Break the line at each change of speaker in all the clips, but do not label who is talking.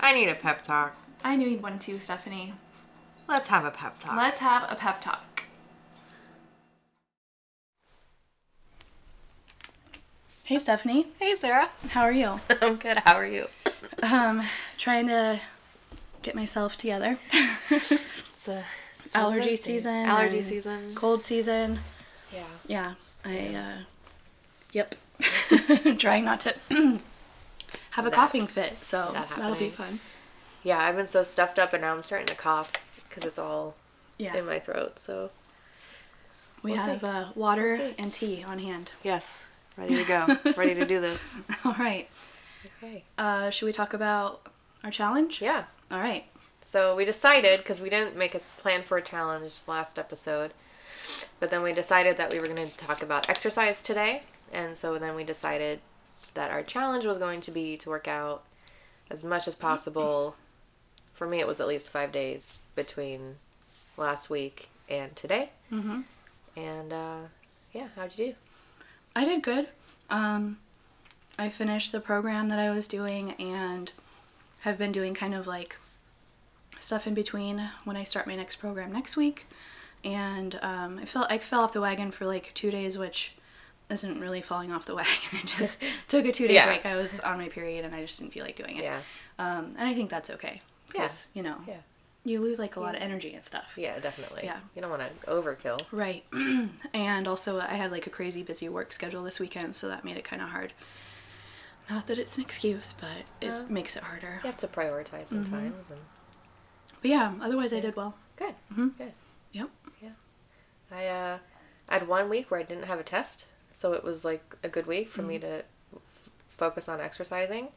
I need a pep talk.
I knew you'd want to, Stephanie.
Let's have a pep talk.
Let's have a pep talk. Hey, Stephanie.
hey, Sarah.
How are you?
I'm good. How are you?
Um, trying to get myself together.
It's a it's one of
Allergy
those days.
season.
Allergy
and
season.
Cold season.
Yeah.
Yeah, I, uh, yep. trying not to have a
That-
coughing fit, so
that
that'll be
happening.
fun.
Yeah, I've been so stuffed up, and now I'm starting to cough because it's all
Yeah.
in my throat. So
We
We'll
have
see.
uh, water
We'll see.
and tea on hand.
yes, ready to go, ready to do this.
All right.
Okay.
Uh, should we talk about our challenge?
Yeah.
All right.
So we decided because we didn't make a plan for a challenge last episode, but then we decided that we were going to talk about exercise today, and so then we decided that our challenge was going to be to work out as much as possible. For me, it was at least five days between last week and today. Mm-hmm. And uh, yeah, how'd you do?
I did good. Um, I finished the program that I was doing and have been doing kind of like stuff in between when I start my next program next week. And um, I fell I fell off the wagon for like two days, which isn't really falling off the wagon. I just took a two day
Yeah.
break. I was on my period and I just didn't feel like doing it.
Yeah,
Um, and I think that's okay. Because, you know,
yeah,
you lose like a lot of energy and stuff.
yeah, definitely.
Yeah.
you don't want to overkill.
Right. and also, I had like a crazy busy work schedule this weekend, so that made it kind of hard. Not that it's an excuse, but it
No.
makes it harder.
You have to prioritize sometimes. And
But yeah, otherwise, I did well.
good, good.
Yep.
Yeah. I uh I had one week where I didn't have a test, so it was like a good week for me to f- focus on exercising.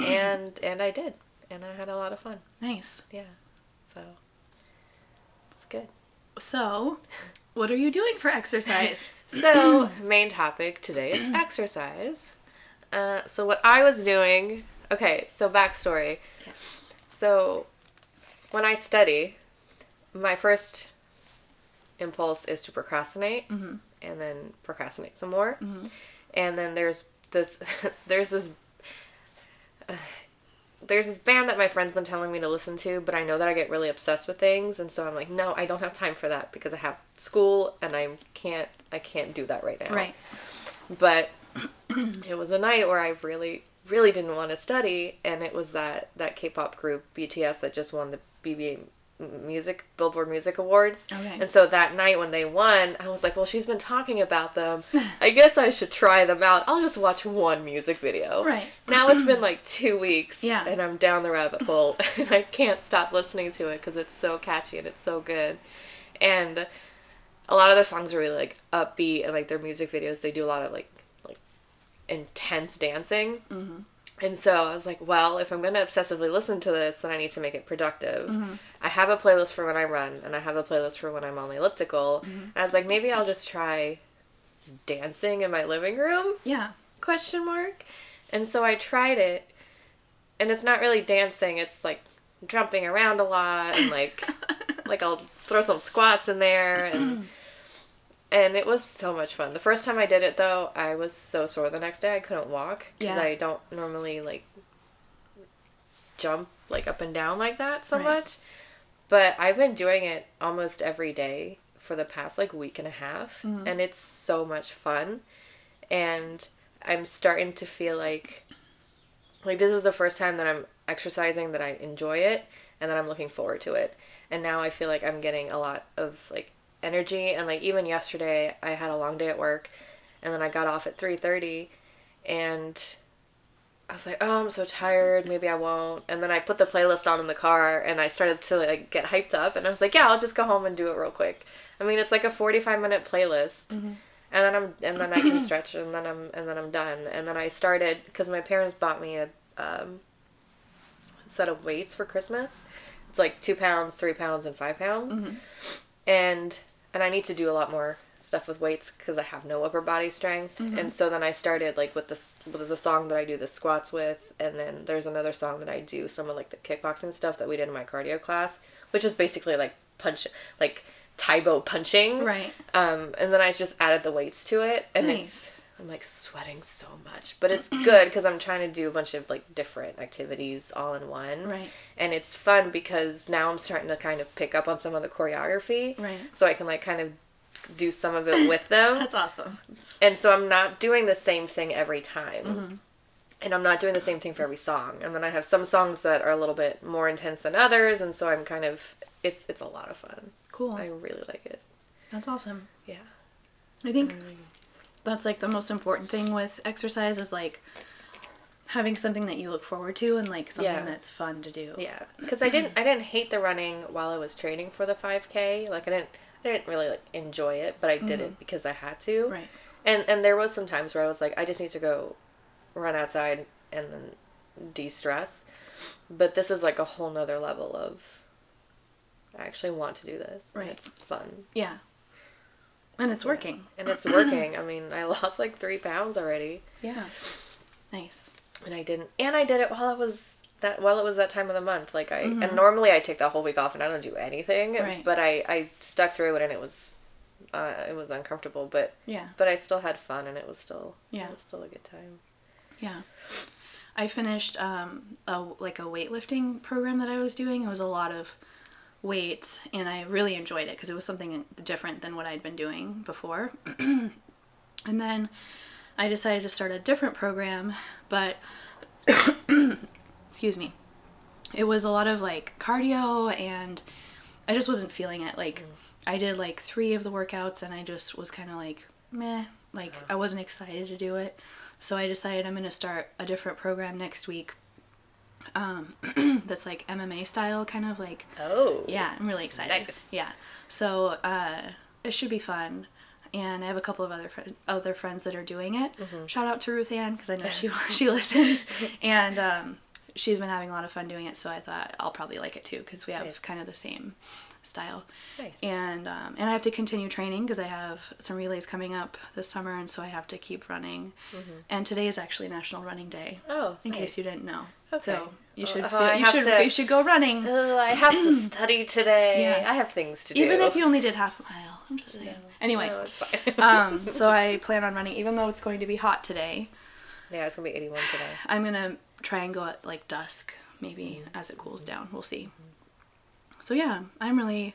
and and I did. And I had a lot of fun.
Nice.
Yeah. So it's good.
So, what are you doing for exercise?
So, main topic today is exercise. Uh, so what I was doing, okay, so backstory.
yes.
So, when I study, my first impulse is to procrastinate
Mm-hmm.
and then procrastinate some more. And then there's this there's this there's this band that my friend's been telling me to listen to, but I know that I get really obsessed with things, and so I'm like, no, I don't have time for that because I have school and I can't I can't do that right now.
Right.
But it was a night where I really really didn't want to study, and it was that that K-pop group BTS that just won the BBA M- Music Billboard Music Awards.
Okay.
And so that night when they won, I was like, well, she's been talking about them. I guess I should try them out. I'll just watch one music video.
Right.
Now it's been like two weeks.
Yeah.
And I'm down the rabbit hole, and I can't stop listening to it because it's so catchy and it's so good. And a lot of their songs are really like upbeat and like their music videos they do a lot of like like intense dancing and so i was like well if i'm going to obsessively listen to this then i need to make it productive i have a playlist for when i run and i have a playlist for when i'm on the elliptical and i was like maybe i'll just try dancing in my living room
Yeah.
question mark and so i tried it and it's not really dancing it's like jumping around a lot and like like i'll throw some squats in there and and it was so much fun the first time i did it though i was so sore the next day i couldn't walk because
Yeah.
i don't normally like jump like up and down like that so
Right.
much but i've been doing it almost every day for the past like week and a half and it's so much fun and i'm starting to feel like like this is the first time that i'm exercising that i enjoy it and that i'm looking forward to it and now i feel like i'm getting a lot of like energy and like even yesterday i had a long day at work and then i got off at 3.30 and I was like, oh, I'm so tired. Maybe I won't. And then I put the playlist on in the car, and I started to like get hyped up. And I was like, yeah, I'll just go home and do it real quick. I mean, it's like a 45 minute playlist, and then I'm and then I can stretch, and then I'm and then I'm done. And then I started because my parents bought me a um, set of weights for Christmas. It's like two pounds, three pounds, and five pounds,
Mm-hmm.
and and I need to do a lot more stuff with weights because I have no upper body strength.
Mm-hmm.
And so then I started like with this with the song that I do the squats with, and then there's another song that I do some of like the kickboxing stuff that we did in my cardio class, which is basically like punch like Taibo punching.
Right.
Um, and then I just added the weights to it, and it's
Nice.
I'm like sweating so much, but it's good because I'm trying to do a bunch of like different activities all in one.
Right.
And it's fun because now I'm starting to kind of pick up on some of the choreography.
Right.
So I can like kind of do some of it with them.
That's awesome.
and so I'm not doing the same thing every time.
Mm-hmm.
And I'm not doing the same thing for every song. And then I have some songs that are a little bit more intense than others, and so I'm kind of it's it's a lot of fun.
Cool.
I really like it.
That's awesome.
Yeah.
I think that's like the most important thing with exercise is like having something that you look forward to and like something
Yeah.
that's fun to do.
Yeah, because I didn't I didn't hate the running while I was training for the five k. Like I didn't I didn't really like enjoy it, but I did it because I had to.
Mm-hmm. Right.
And and there was some times where I was like, I just need to go run outside and then de stress. But this is like a whole nother level of. I actually want to do this. and
Right.
It's fun.
Yeah. And it's working.
And it's working. I mean, I lost like three pounds already.
Yeah. Nice.
and I didn't and I did it while I was that while it was that time of the month like I and normally I take that whole week off and I don't do anything
Mm-hmm. Right.
but I I stuck through it and it was uh, it was uncomfortable but
Yeah.
but I still had fun and it was still
Yeah.
it was still a good time
Yeah. I finished um, a like a weightlifting program that I was doing. It was a lot of weights, and I really enjoyed it because it was something different than what I'd been doing before. and then I decided to start a different program, but excuse me, it was a lot of like cardio, and I just wasn't feeling it. Like I did like three of the workouts, and I just was kind of like meh. Like I wasn't excited to do it, so I decided I'm gonna start a different program next week. Um, that's like MMA style, kind of like
oh
yeah, I'm really excited.
Nice.
Yeah. So uh, it should be fun. And I have a couple of other fri other friends that are doing it.
Mm-hmm.
Shout out to Ruth Ann because I know she she listens, and um, she's been having a lot of fun doing it. So I thought I'll probably like it too because we have
Nice.
kind of the same style.
Nice.
And um, and I have to continue training because I have some relays coming up this summer, and so I have to keep running. And today is actually National Running Day.
Oh, Mm-hmm.
in
nice.
case you didn't know.
Okay.
So you should
Oh,
feel,
I
you
have
should
to-
you should go running.
oh I have to study today
Yeah.
I have things to do
Even if you only did half a mile. I'm just saying. Anyway,
no, it's fine
um, so I plan on running, even though it's going to be hot today.
yeah it's gonna be 81 today
I'm gonna try and go at like dusk, maybe
Mm-hmm.
as it cools down. We'll see. So yeah, I'm really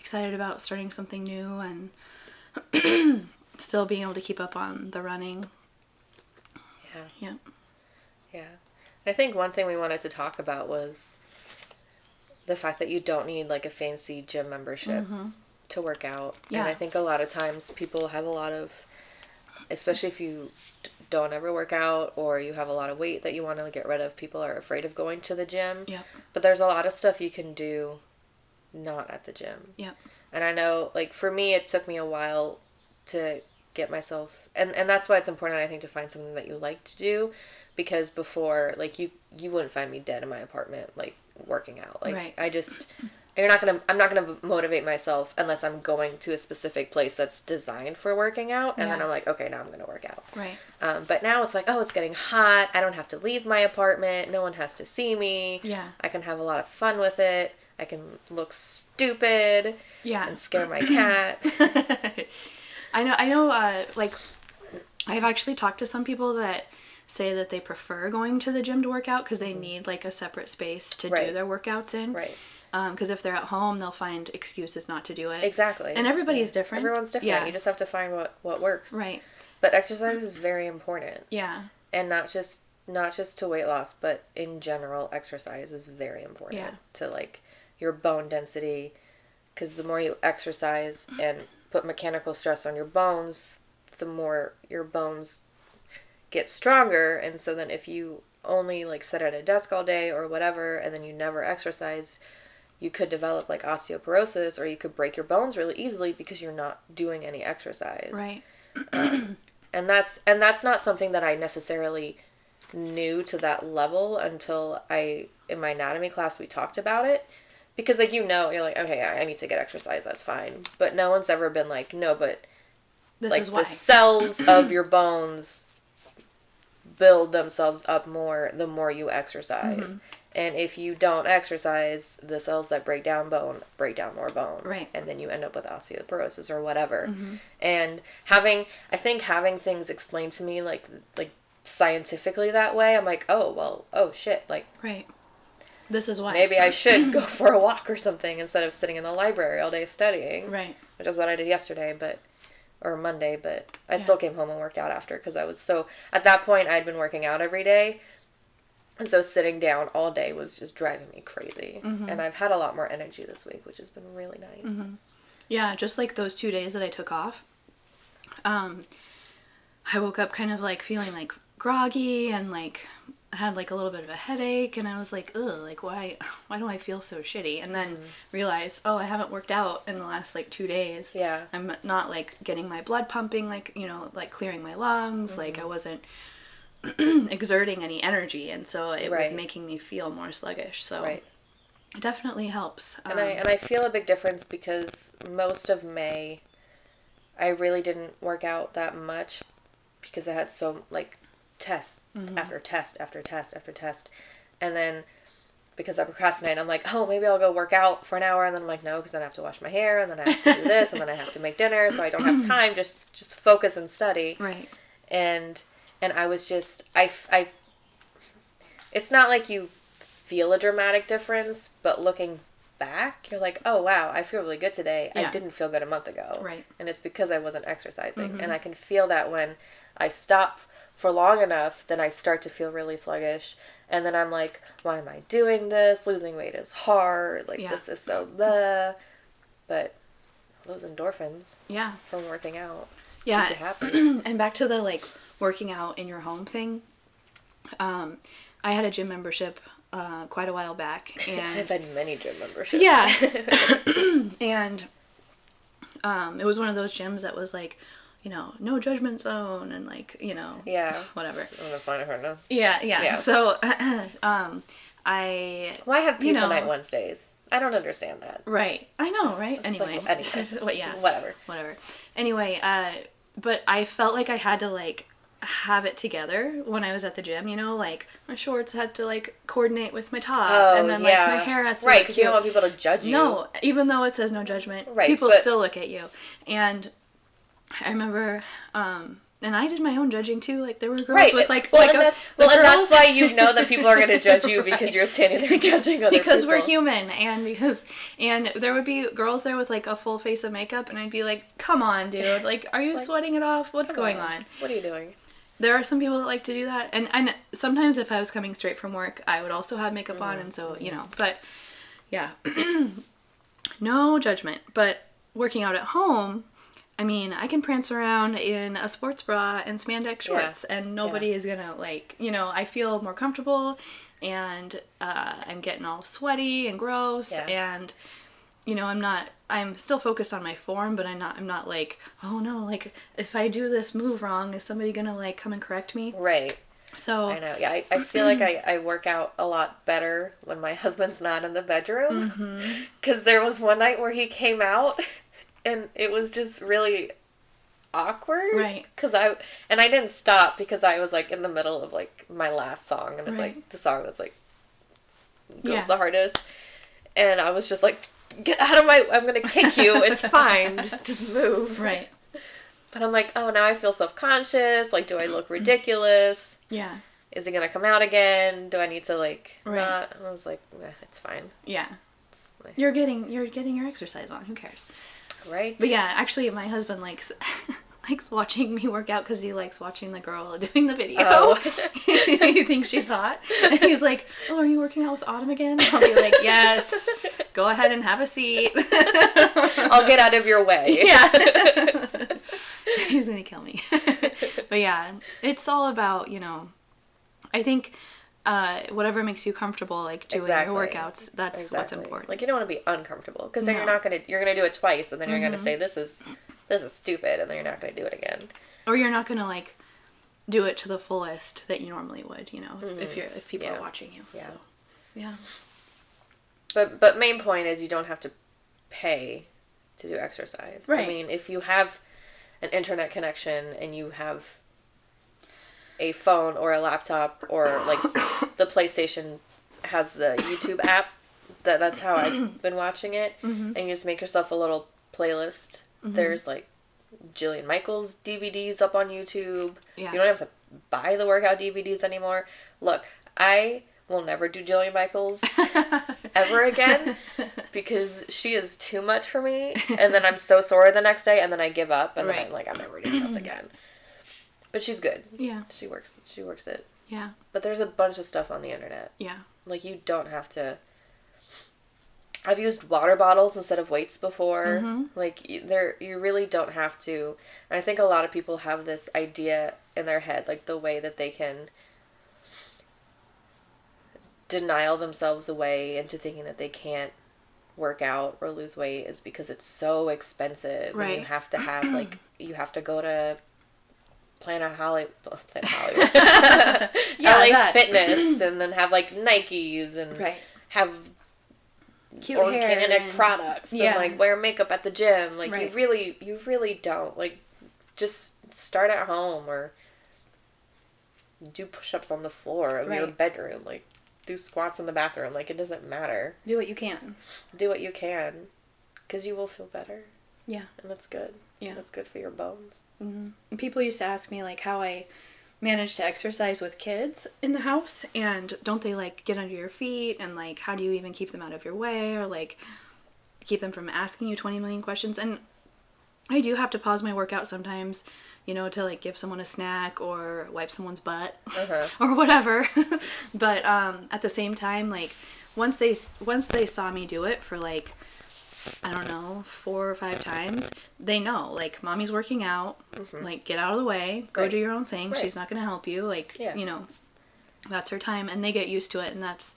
excited about starting something new and still being able to keep up on the running.
yeah
Yeah.
Yeah. I think one thing we wanted to talk about was the fact that you don't need like a fancy gym membership to work out.
Yeah.
And I think a lot of times people have a lot of, especially if you d- don't ever work out or you have a lot of weight that you want to get rid of, people are afraid of going to the gym.
Yep.
But there's a lot of stuff you can do not at the gym.
Yep.
And I know, like for me, it took me a while to get myself, and and that's why it's important, I think, to find something that you like to do, because before, like you you wouldn't find me dead in my apartment, like working out. Like
Right.
I just, you're not gonna, I'm not gonna motivate myself unless I'm going to a specific place that's designed for working out, and then
Yeah.
I'm like, okay, now I'm gonna work out.
Right.
Um, but now it's like, oh, it's getting hot. I don't have to leave my apartment. No one has to see me.
Yeah.
I can have a lot of fun with it. I can look stupid
Yeah.
and scare my cat.
I know. I know. Uh, like, I've actually talked to some people that say that they prefer going to the gym to work out because they need like a separate space to do
Mm-hmm. Right.
their workouts in.
Right.
Because if they're at home, they'll find excuses not to do it.
Exactly.
And everybody's different.
Everyone's different.
Yeah.
You just have to find what what works.
right.
But exercise is very important,
Yeah.
and not just not just to weight loss, but in general, exercise is very important
Yeah.
to like your bone density, because the more you exercise and put mechanical stress on your bones, the more your bones get stronger, and so then if you only like sit at a desk all day or whatever, and then you never exercise, you could develop like osteoporosis or you could break your bones really easily because you're not doing any exercise
Right.
and that's and that's not something that I necessarily knew to that level until I in my anatomy class we talked about it because like you know you're like okay I I need to get exercise that's fine but no one's ever been like no but
This
like
is why.
the cells of your
Mm-hmm.
bones build themselves up more the more you exercise And if you don't exercise, the cells that break down bone break down more bone.
Right. Mm-hmm.
And then you end up with osteoporosis or whatever. And having I think having things explained to me like like scientifically that way, I'm like, "Oh, well, oh shit, like
Right. This is why.
maybe I should go for a walk or something instead of sitting in the library all day studying."
Right.
Which is what I did yesterday, but or Monday, but I still came home and worked out after because I was so at that point I'd been working out every day and so sitting down all day was just driving me crazy. And I've had a lot more energy this week, which has been really nice.
Yeah, just like those two days that I took off. Um, I woke up kind of like feeling like groggy and like I had like a little bit of a headache, and I was like, ugh, like why, why do I feel so shitty? And
Mm-hmm.
then realized, oh, I haven't worked out in the last like two days.
Yeah.
I'm not like getting my blood pumping, like you know, like clearing my lungs.
Mm-hmm.
Like I wasn't exerting any energy, and so it was
Right.
making me feel more sluggish. So
Right.
it definitely helps. Um,
And I and I feel a big difference because most of May I really didn't work out that much because I had so like test after test after test after test. And then because I procrastinate, I'm like, oh, maybe I'll go work out for an hour, and then I'm like, no, because then I have to wash my hair, and then I have to do this, and then I have to make dinner, so I don't have time. Just just focus and study
right.
and and I was just I f- I- it's not like you feel a dramatic difference, but looking back, you're like, "Oh wow, I feel really good today.
Yeah.
I didn't feel good a month ago."
Right. Mm-hmm.
And it's because I wasn't exercising. And I can feel that when I stop for long enough, then I start to feel really sluggish, and then I'm like, "Why am I doing this? Losing weight is hard. Like
Yeah.
this is so the but those endorphins
Yeah.
from working out.
Yeah.
make it happen.
and back to the like working out in your home thing. Um, I had a gym membership uh, quite a while back,
I've
and
had many gym memberships.
yeah, and um, it was one of those gyms that was like, you know, no judgment zone, and like, you know,
Yeah.
whatever.
I'm gonna find her now.
Yeah, yeah.
Yeah.
So, um, I
Why have
You
pizza
know.
night Wednesdays? I don't understand that.
right, I know, right?
It's like,
Anyway,
anyway.
what? Yeah,
Whatever.
whatever. Anyway, uh, but I felt like I had to like have it together when I was at the gym. You know, like my shorts had to like coordinate with my top, and then like my hair has to
Oh, right
look
because you don't want
cute.
people to judge you.
No, even though it says no judgment,
Right,
people
but-
still look at you. And I remember, um, and I did my own judging too. Like there were girls
Right.
with like
well,
like
and
a-
that's,
the
well, and that's
girls-
why you know that people are gonna judge you because you're standing there judging other
because
people.
we're human and because and there would be girls there with like a full face of makeup and i'd be like come on dude like are you sweating it off what's going on
What are you doing?
there are some people that like to do that and and sometimes if i was coming straight from work i would also have makeup
Mm-hmm.
on and so you know but yeah no judgment but working out at home i mean i can prance around in a sports bra and spandex
Yeah.
shorts and nobody is gonna like you know i feel more comfortable and uh, i'm getting all sweaty and gross
Yeah.
and you know i'm not i'm still focused on my form but i'm not i'm not like oh no like if i do this move wrong is somebody gonna like come and correct me
Right.
so
I know. Yeah, I, I feel like I, I work out a lot better when my husband's not in the bedroom.
Mm-hmm.
Because there was one night where he came out and it was just really awkward.
Right.
Because I, and I didn't stop because I was like in the middle of like my last song and it's
Right.
like the song that's like goes
Yeah.
the hardest. And I was just like, get out of my, I'm going to kick you. It's fine. just, just move.
right
But I'm like, oh, now I feel self conscious. Like, do I
Mm-hmm.
look ridiculous?
yeah
is it gonna come out again? Do I need to like
Right.
not? And I was like, nah, it's fine,
yeah
It's like-
you're getting you're getting your exercise on who cares
right?
But yeah, actually, my husband likes likes watching me work out because he likes watching the girl doing the video.
Oh.
he thinks she's hot, and he's like, "Oh, are you working out with Autumn again?" I'll be like, "Yes, go ahead and have a seat."
I'll get out of your way.
yeah, he's gonna kill me. but yeah, it's all about you know. I think uh, whatever makes you comfortable, like doing
Exactly.
your workouts, that's what's
Exactly.
important.
Like you don't want to be uncomfortable because then you're
No. Mm-hmm.
not gonna you're gonna do it twice and then you're gonna say this is this is stupid and then you're not gonna do it again.
or you're not gonna like do it to the fullest that you normally would you know if you're if people
Mm-hmm. Yeah.
are watching you
Yeah.
so yeah
But but main point is you don't have to pay to do exercise. I
Right.
mean, if you have an internet connection and you have a phone or a laptop or like the PlayStation has the YouTube app. That that's how I've been watching it,
Mm-hmm.
and you just make yourself a little playlist. There's like Jillian Michaels DVDs up on YouTube.
Yeah.
You don't have to buy the workout DVDs anymore. Look, I will never do Jillian Michaels ever again because she is too much for me. And then I'm so sore the next day, and then I give up, and then
Right.
I'm like, I'm never doing this again. But she's good.
Yeah.
She works. She works it.
Yeah.
But there's a bunch of stuff on the internet.
Yeah.
Like you don't have to. I've used water bottles instead of weights before.
Mm-hmm.
Like y- there, you really don't have to. And I think a lot of people have this idea in their head, like the way that they can denial themselves away into thinking that they can't work out or lose weight is because it's so expensive and you
Right.
have to have like you have to go to Planet Hollywood, Planet Hollywood,
Yeah,
LA
that.
Fitness, and then have like Nikes and
Right.
have
Cute
organic products
Yeah.
and like wear makeup at the gym. Like
Right.
you really, you really don't like. Just start at home or do push-ups on the floor of your
Right.
bedroom. Like do squats in the bathroom. Like it doesn't matter.
Do what you can.
Do what you can, because you will feel better,
Yeah.
and that's good.
Yeah.
that's good for your bones.
And people used to ask me like how I manage to exercise with kids in the house and don't they like get under your feet and like how do you even keep them out of your way or like keep them from asking you 20 million questions and I do have to pause my workout sometimes, you know, to like give someone a snack or wipe someone's butt
Uh-huh.
or whatever. but um at the same time like once they s- once they saw me do it for like I don't know, four or five times, they know, like, mommy's working out, like, get out of the way, go
Mm-hmm. Right.
do your own thing.
Right.
She's not going to help you. Like,
Yeah.
you know, that's her time. And they get used to it. And that's,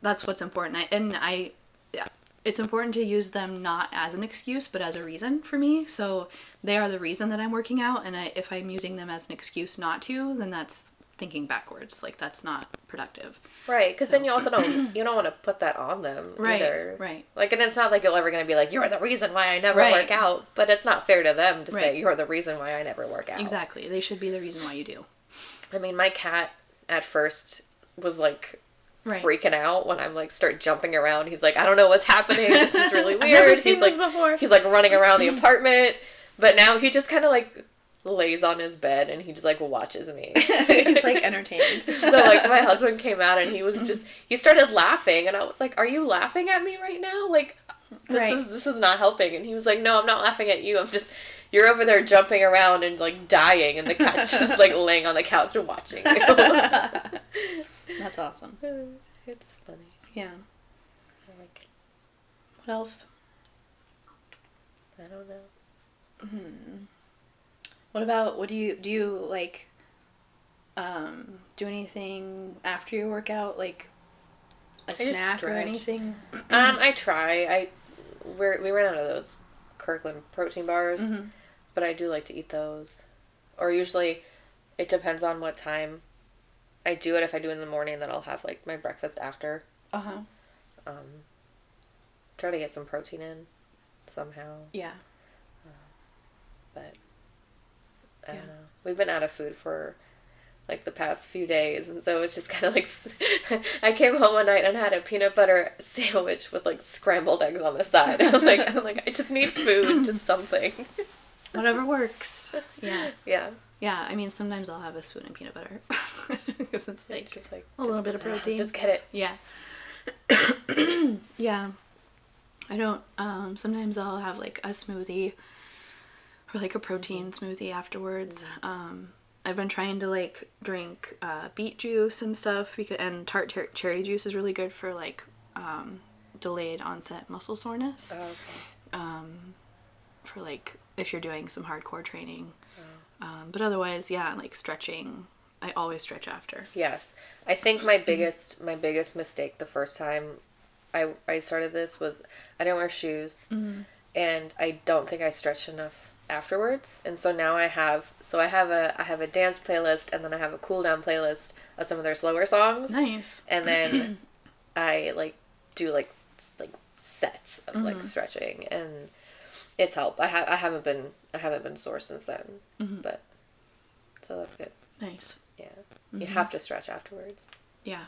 that's what's important. I, and I, yeah, it's important to use them not as an excuse, but as a reason for me. So they are the reason that I'm working out. And I, if I'm using them as an excuse not to, then that's thinking backwards. Like, that's not productive.
Right, because then you also don't you don't want to put that on them
Right,
either.
right.
Like, and it's not like you're ever going to be like, "You're the reason why I never
Right.
work out," but it's not fair to them to
Right.
say, "You're the reason why I never work out."
Exactly. They should be the reason why you do.
I mean, my cat at first was like
Right.
freaking out when I'm like start jumping around. He's like, "I don't know what's happening. This is really weird."
I've never seen
he's
this
like,
before.
he's like running around the apartment, but now he just kind of like lays on his bed and he just like watches me.
He's like entertained.
so like my husband came out and he was just he started laughing and I was like, "Are you laughing at me right now? Like this
Right.
is this is not helping." And he was like, "No, I'm not laughing at you. I'm just you're over there jumping around and like dying and the cat's just like laying on the couch and watching you."
That's awesome.
it's funny.
Yeah.
I like it.
What else?
I don't know.
What about what do you do you like um do anything after your workout like a
just
snack or
stretch.
anything?
Um, I try. I we're, we ran out of those Kirkland protein bars,
Mm-hmm.
but I do like to eat those. Or usually, it depends on what time I do it. If I do it in the morning, then I'll have like my breakfast after.
Uh-huh.
Um, try to get some protein in somehow,
Yeah.
but I
Yeah.
don't know. We've been out of food for like the past few days, and so it's just kind of like s- I came home one night and had a peanut butter sandwich with like scrambled eggs on the side. I'm like, I'm like, I just need food, just something.
Whatever works. Yeah.
Yeah,
Yeah, I mean sometimes I'll have a spoon of peanut butter cuz it's
It's
like
just like
a little
just-
bit of protein.
Just get it.
Yeah. yeah. I don't um sometimes I'll have like a smoothie or like a protein smoothie afterwards. Um I've been trying to like drink uh beet juice and stuff because and tart ter- cherry juice is really good for like um delayed onset muscle soreness Um,
Oh, okay.
for like if you're doing some hardcore training. Um, but otherwise, yeah, like stretching. I always stretch after.
Yes. I think my biggest my biggest mistake the first time I I started this was I didn't wear shoes and I don't think I stretched enough afterwards. And so now I have so I have a I have a dance playlist and then I have a cool down playlist of some of their slower songs
Nice.
and then I like do like s- like sets of like stretching and it's helped. I ha- I haven't been I haven't been sore since then. But so that's good.
Nice. Mm-hmm.
Yeah. You have to stretch afterwards.
Yeah.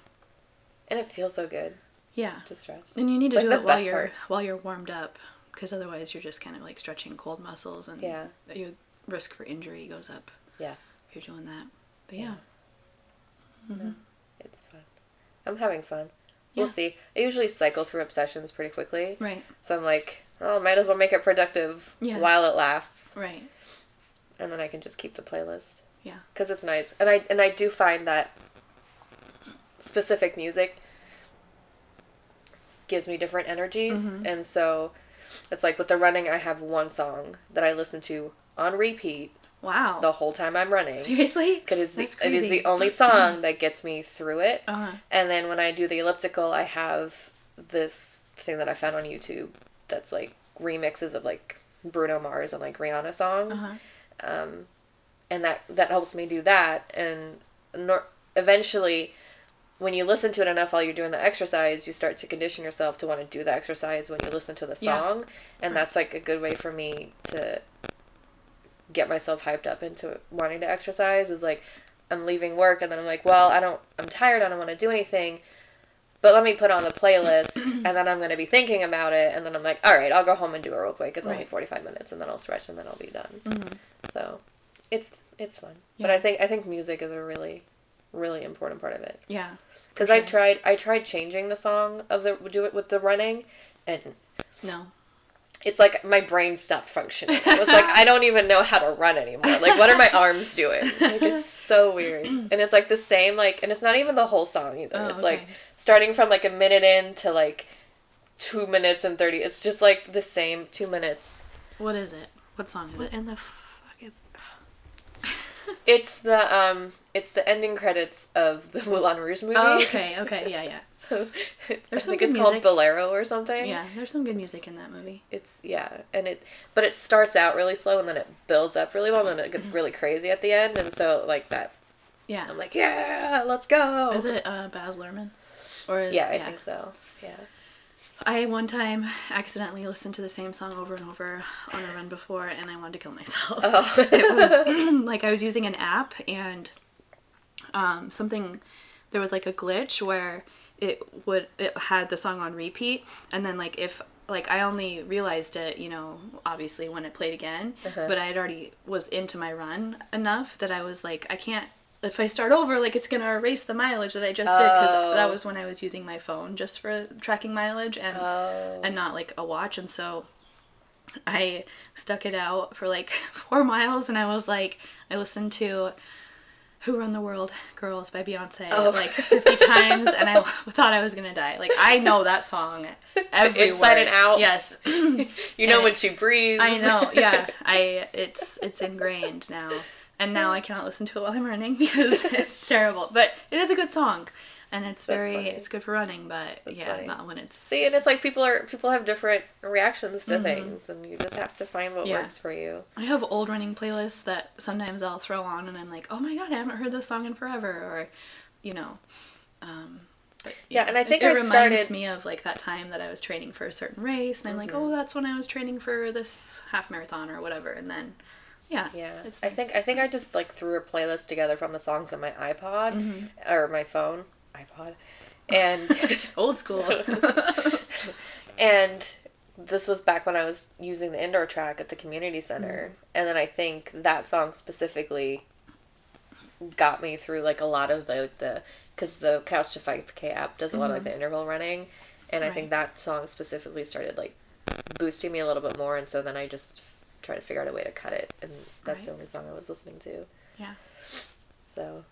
And it feels so good
Yeah.
to stretch.
And you need to
It's
do
like the
it while
best
you're
part.
while you're warmed up, because otherwise you're just kind of like stretching cold muscles, and
Yeah.
your risk for injury goes up
Yeah,
if you're doing that. But yeah,
it's fun. I'm having fun. We'll
Yeah.
see. I usually cycle through obsessions pretty quickly.
right,
So I'm like, oh, might as well make it productive
Yeah.
while it lasts.
right,
And then I can just keep the playlist.
yeah,
because it's nice and i and i do find that specific music gives me different energies
Mm-hmm.
and so it's like with the running i have one song that i listen to on repeat
wow.
the whole time i'm running
Seriously,
it is, the,
That's
it is
crazy.
the only song that gets me through it
Uh-huh.
and then when i do the elliptical i have this thing that i found on youtube that's like remixes of like bruno mars and like rihanna songs
Uh-huh.
and that that helps me do that and nor- eventually when you listen to it enough while you're doing the exercise you start to condition yourself to want to do the exercise when you listen to the
Yeah. Uh-huh.
song and that's like a good way for me to get myself hyped up into wanting to exercise is like i'm leaving work and then i'm like well i don't i'm tired i don't want to do anything but let me put on the playlist and then i'm going to be thinking about it and then i'm like all right i'll go home and do it real quick it's only
Right. Mm-hmm.
45 minutes and then i'll stretch and then i'll be done so it's it's fun. But
Yeah.
I think I think music is a really really important part of it.
Yeah,
Cuz I tried I tried changing the song of the do it with the running and
no,
it's like my brain stopped functioning. It was like I don't even know how to run anymore. Like what are my arms doing? Like it's so weird. And it's like the same like and it's not even the whole song either.
Oh,
it's like
okay.
starting from like a minute in to like 2 minutes and 30. It's just like the same 2 minutes.
what is it? What song is it?
And the fuck is It's the um, it's the ending credits of the Moulin Rouge movie.
Oh, okay, okay, yeah, yeah,
It's- I
There's some
think
good
it's
music.
called Bolero or something.
yeah. There's some good music in that movie.
It's yeah, and it but it starts out really slow and then it builds up really well and then it
Mm-hmm.
gets really crazy at the end and so like that
Yeah,
I'm like yeah, let's go.
is it uh, Baz Luhrmann? Or is,
Yeah, I think so. Yeah.
I one time accidentally listened to the same song over and over on a run before, and I wanted to kill myself. it was like I was using an app, and um, something there was like a glitch where it would it had the song on repeat, and then like if like I only realized it, you know, obviously when it played again,
Uh-huh.
but I had already was into my run enough that I was like, I can't. If I start over, like it's gonna erase the mileage that I just did
Oh.
because that was when I was using my phone just for tracking mileage and
Oh.
and not like a watch and so I stuck it out for like four miles and I was like I listened to Who Run the World Girls by Beyonce
Oh.
like 50 times and I thought I was gonna die like I know that song every
Inside and
word.
out.
yes
You know
And
when she breathes.
I know yeah I it's it's ingrained now and now I cannot listen to it while I'm running because it's terrible but it is a good song and it's
That's
very
funny.
it's good for running but yeah
funny.
not when it's
See, and it's like people are people have different reactions to things and you just have to find what
Mm-hmm. Yeah.
works for you.
I have old running playlists that sometimes I'll throw on and I'm like, oh my god, I haven't heard this song in forever, or, you know. Um, but,
Yeah, and I think
it,
I
it reminds
started- Mm-hmm.
me of like that time that I was training for a certain race, and I'm like, oh, that's when I was training for this half marathon or whatever, and then, yeah,
Yeah,
it's
I
nice.
think I think I just like threw a playlist together from the songs on my iPod
Mm-hmm.
or my phone, iPod, and
old school.
and this was back when I was using the indoor track at the community center,
Mm.
and then I think that song specifically got me through like a lot of the the because the Couch to Five K app does a lot of
Mm-hmm.
like the interval running, and I think that song specifically started like boosting me a little bit more, and so then I just tried to figure out a way to cut it, and that's the
Right.
only song I was listening to.
yeah,
So,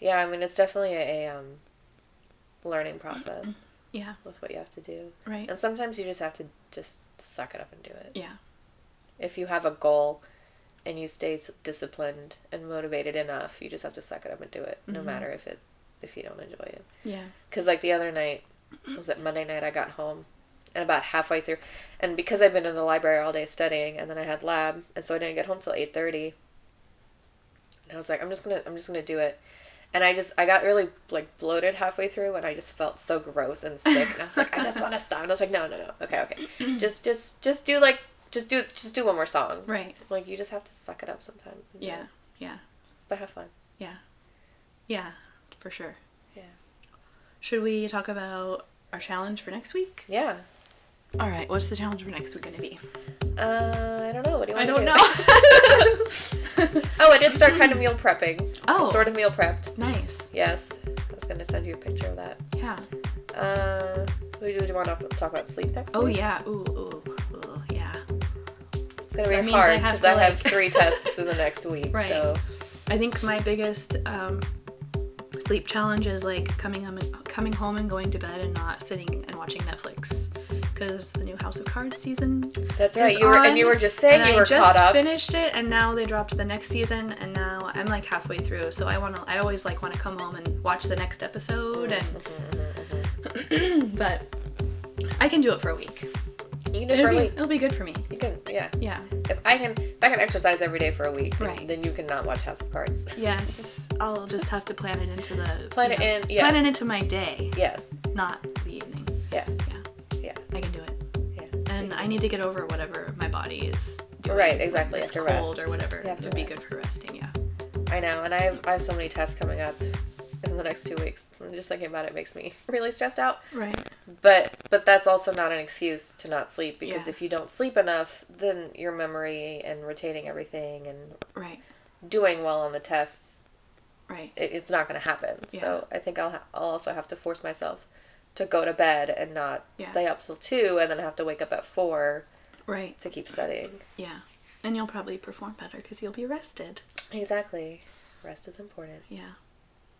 yeah, I mean, it's definitely a, um, learning process
yeah,
with what you have to do.
right,
And sometimes you just have to just suck it up and do it.
yeah,
If you have a goal and you stay s- disciplined and motivated enough, you just have to suck it up and do it, no matter if it if you don't enjoy it.
yeah,
Because, like, the other night, was it Monday night, I got home, and about halfway through, and because I'd been in the library all day studying, and then I had lab, and so I didn't get home till 8.30, and I was like, I'm just gonna, I'm just gonna do it. And I just, I got really, like, bloated halfway through, and I just felt so gross and sick, and I was like, I just wanna stop, and I was like, no, no, no, okay, okay, just, just, just do, like, just do, just do one more song.
right,
Like, you just have to suck it up sometimes. and do
yeah,
it.
yeah,
But have fun.
yeah, yeah, for sure.
Yeah.
Should we talk about our challenge for next week?
Yeah.
All right, what's the challenge for next week going to be?
Uh, I don't know. What do you
I
want
don't
to do?
know.
Oh, I did start kind of meal prepping.
Oh.
Sort of meal prepped.
nice.
Yes. I was going to send you a picture of that.
Yeah.
Uh, we do, we want to talk about sleep next
Oh,
week?
yeah. Ooh, ooh, ooh, yeah.
It's going to
That
be
means I
hard
have
because
to,
I, have
like-
three tests in the next week.
Right.
So,
I think my biggest um, sleep challenge is like coming home, coming home and going to bed and not sitting and watching Netflix because the new House of Cards season.
That's
is
right. You were- and
on,
you were just saying
and
you were
I just
caught up.
Finished it, and now they dropped the next season, and now I'm like halfway through. So I want to. I always like want to come home and watch the next episode, and but I can do it for a week.
you can do it for
It'll
a
be,
week.
it'll be good for me.
You can, yeah.
Yeah.
If I can, if I can exercise every day for a week, then,
Right.
then you cannot watch House of Cards.
Yes, I'll just have to plan it into the
Plan it in, yes.
plan it into my day,
Yes.
not the evening.
Yes.
Yeah,
Yeah.
I can do it.
Yeah.
And I need to get over whatever my body is doing.
Right, exactly,
It's
you
cold
have to
or
rest.
whatever.
You have
It
to
would be
rest.
good for resting. Yeah.
I know, and I have, I have so many tests coming up in the next two weeks. And Just thinking about it makes me really stressed out.
Right.
But but that's also not an excuse to not sleep because
Yeah.
if you don't sleep enough, then your memory and retaining everything and
Right.
doing well on the tests,
Right.
it, it's not going to happen. So I think I'll ha- I'll also have to force myself to go to bed and not
Yeah.
stay up till two and then have to wake up at four
Right.
to keep studying.
Yeah. And you'll probably perform better because you'll be rested.
Exactly. Rest is important.
Yeah.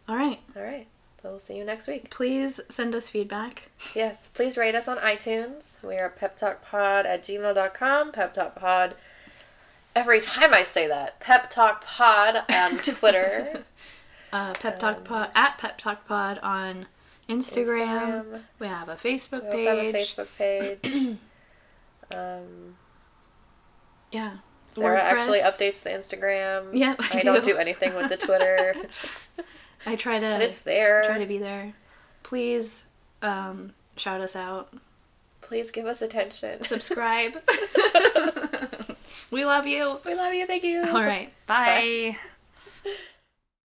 All right.
All right. So we'll see you next week.
Please send us feedback.
Yes, please rate us on iTunes. We are pep talk pod at gmail.com, pep talk pod. Every time I say that, pep talk pod on Twitter,
Uh, pep
Um,
talk pod at pep talk pod on Instagram.
Instagram.
We have a Facebook
We also have
page.
a Facebook page. Um,
Yeah.
Sarah actually
WordPress.
updates the Instagram.
Yep, I
I, don't
do.
do anything with the Twitter,
I try to
but it's there.
try to be there. Please um, shout us out.
Please give us attention.
Subscribe. we love you.
We love you. Thank you.
All right. Bye.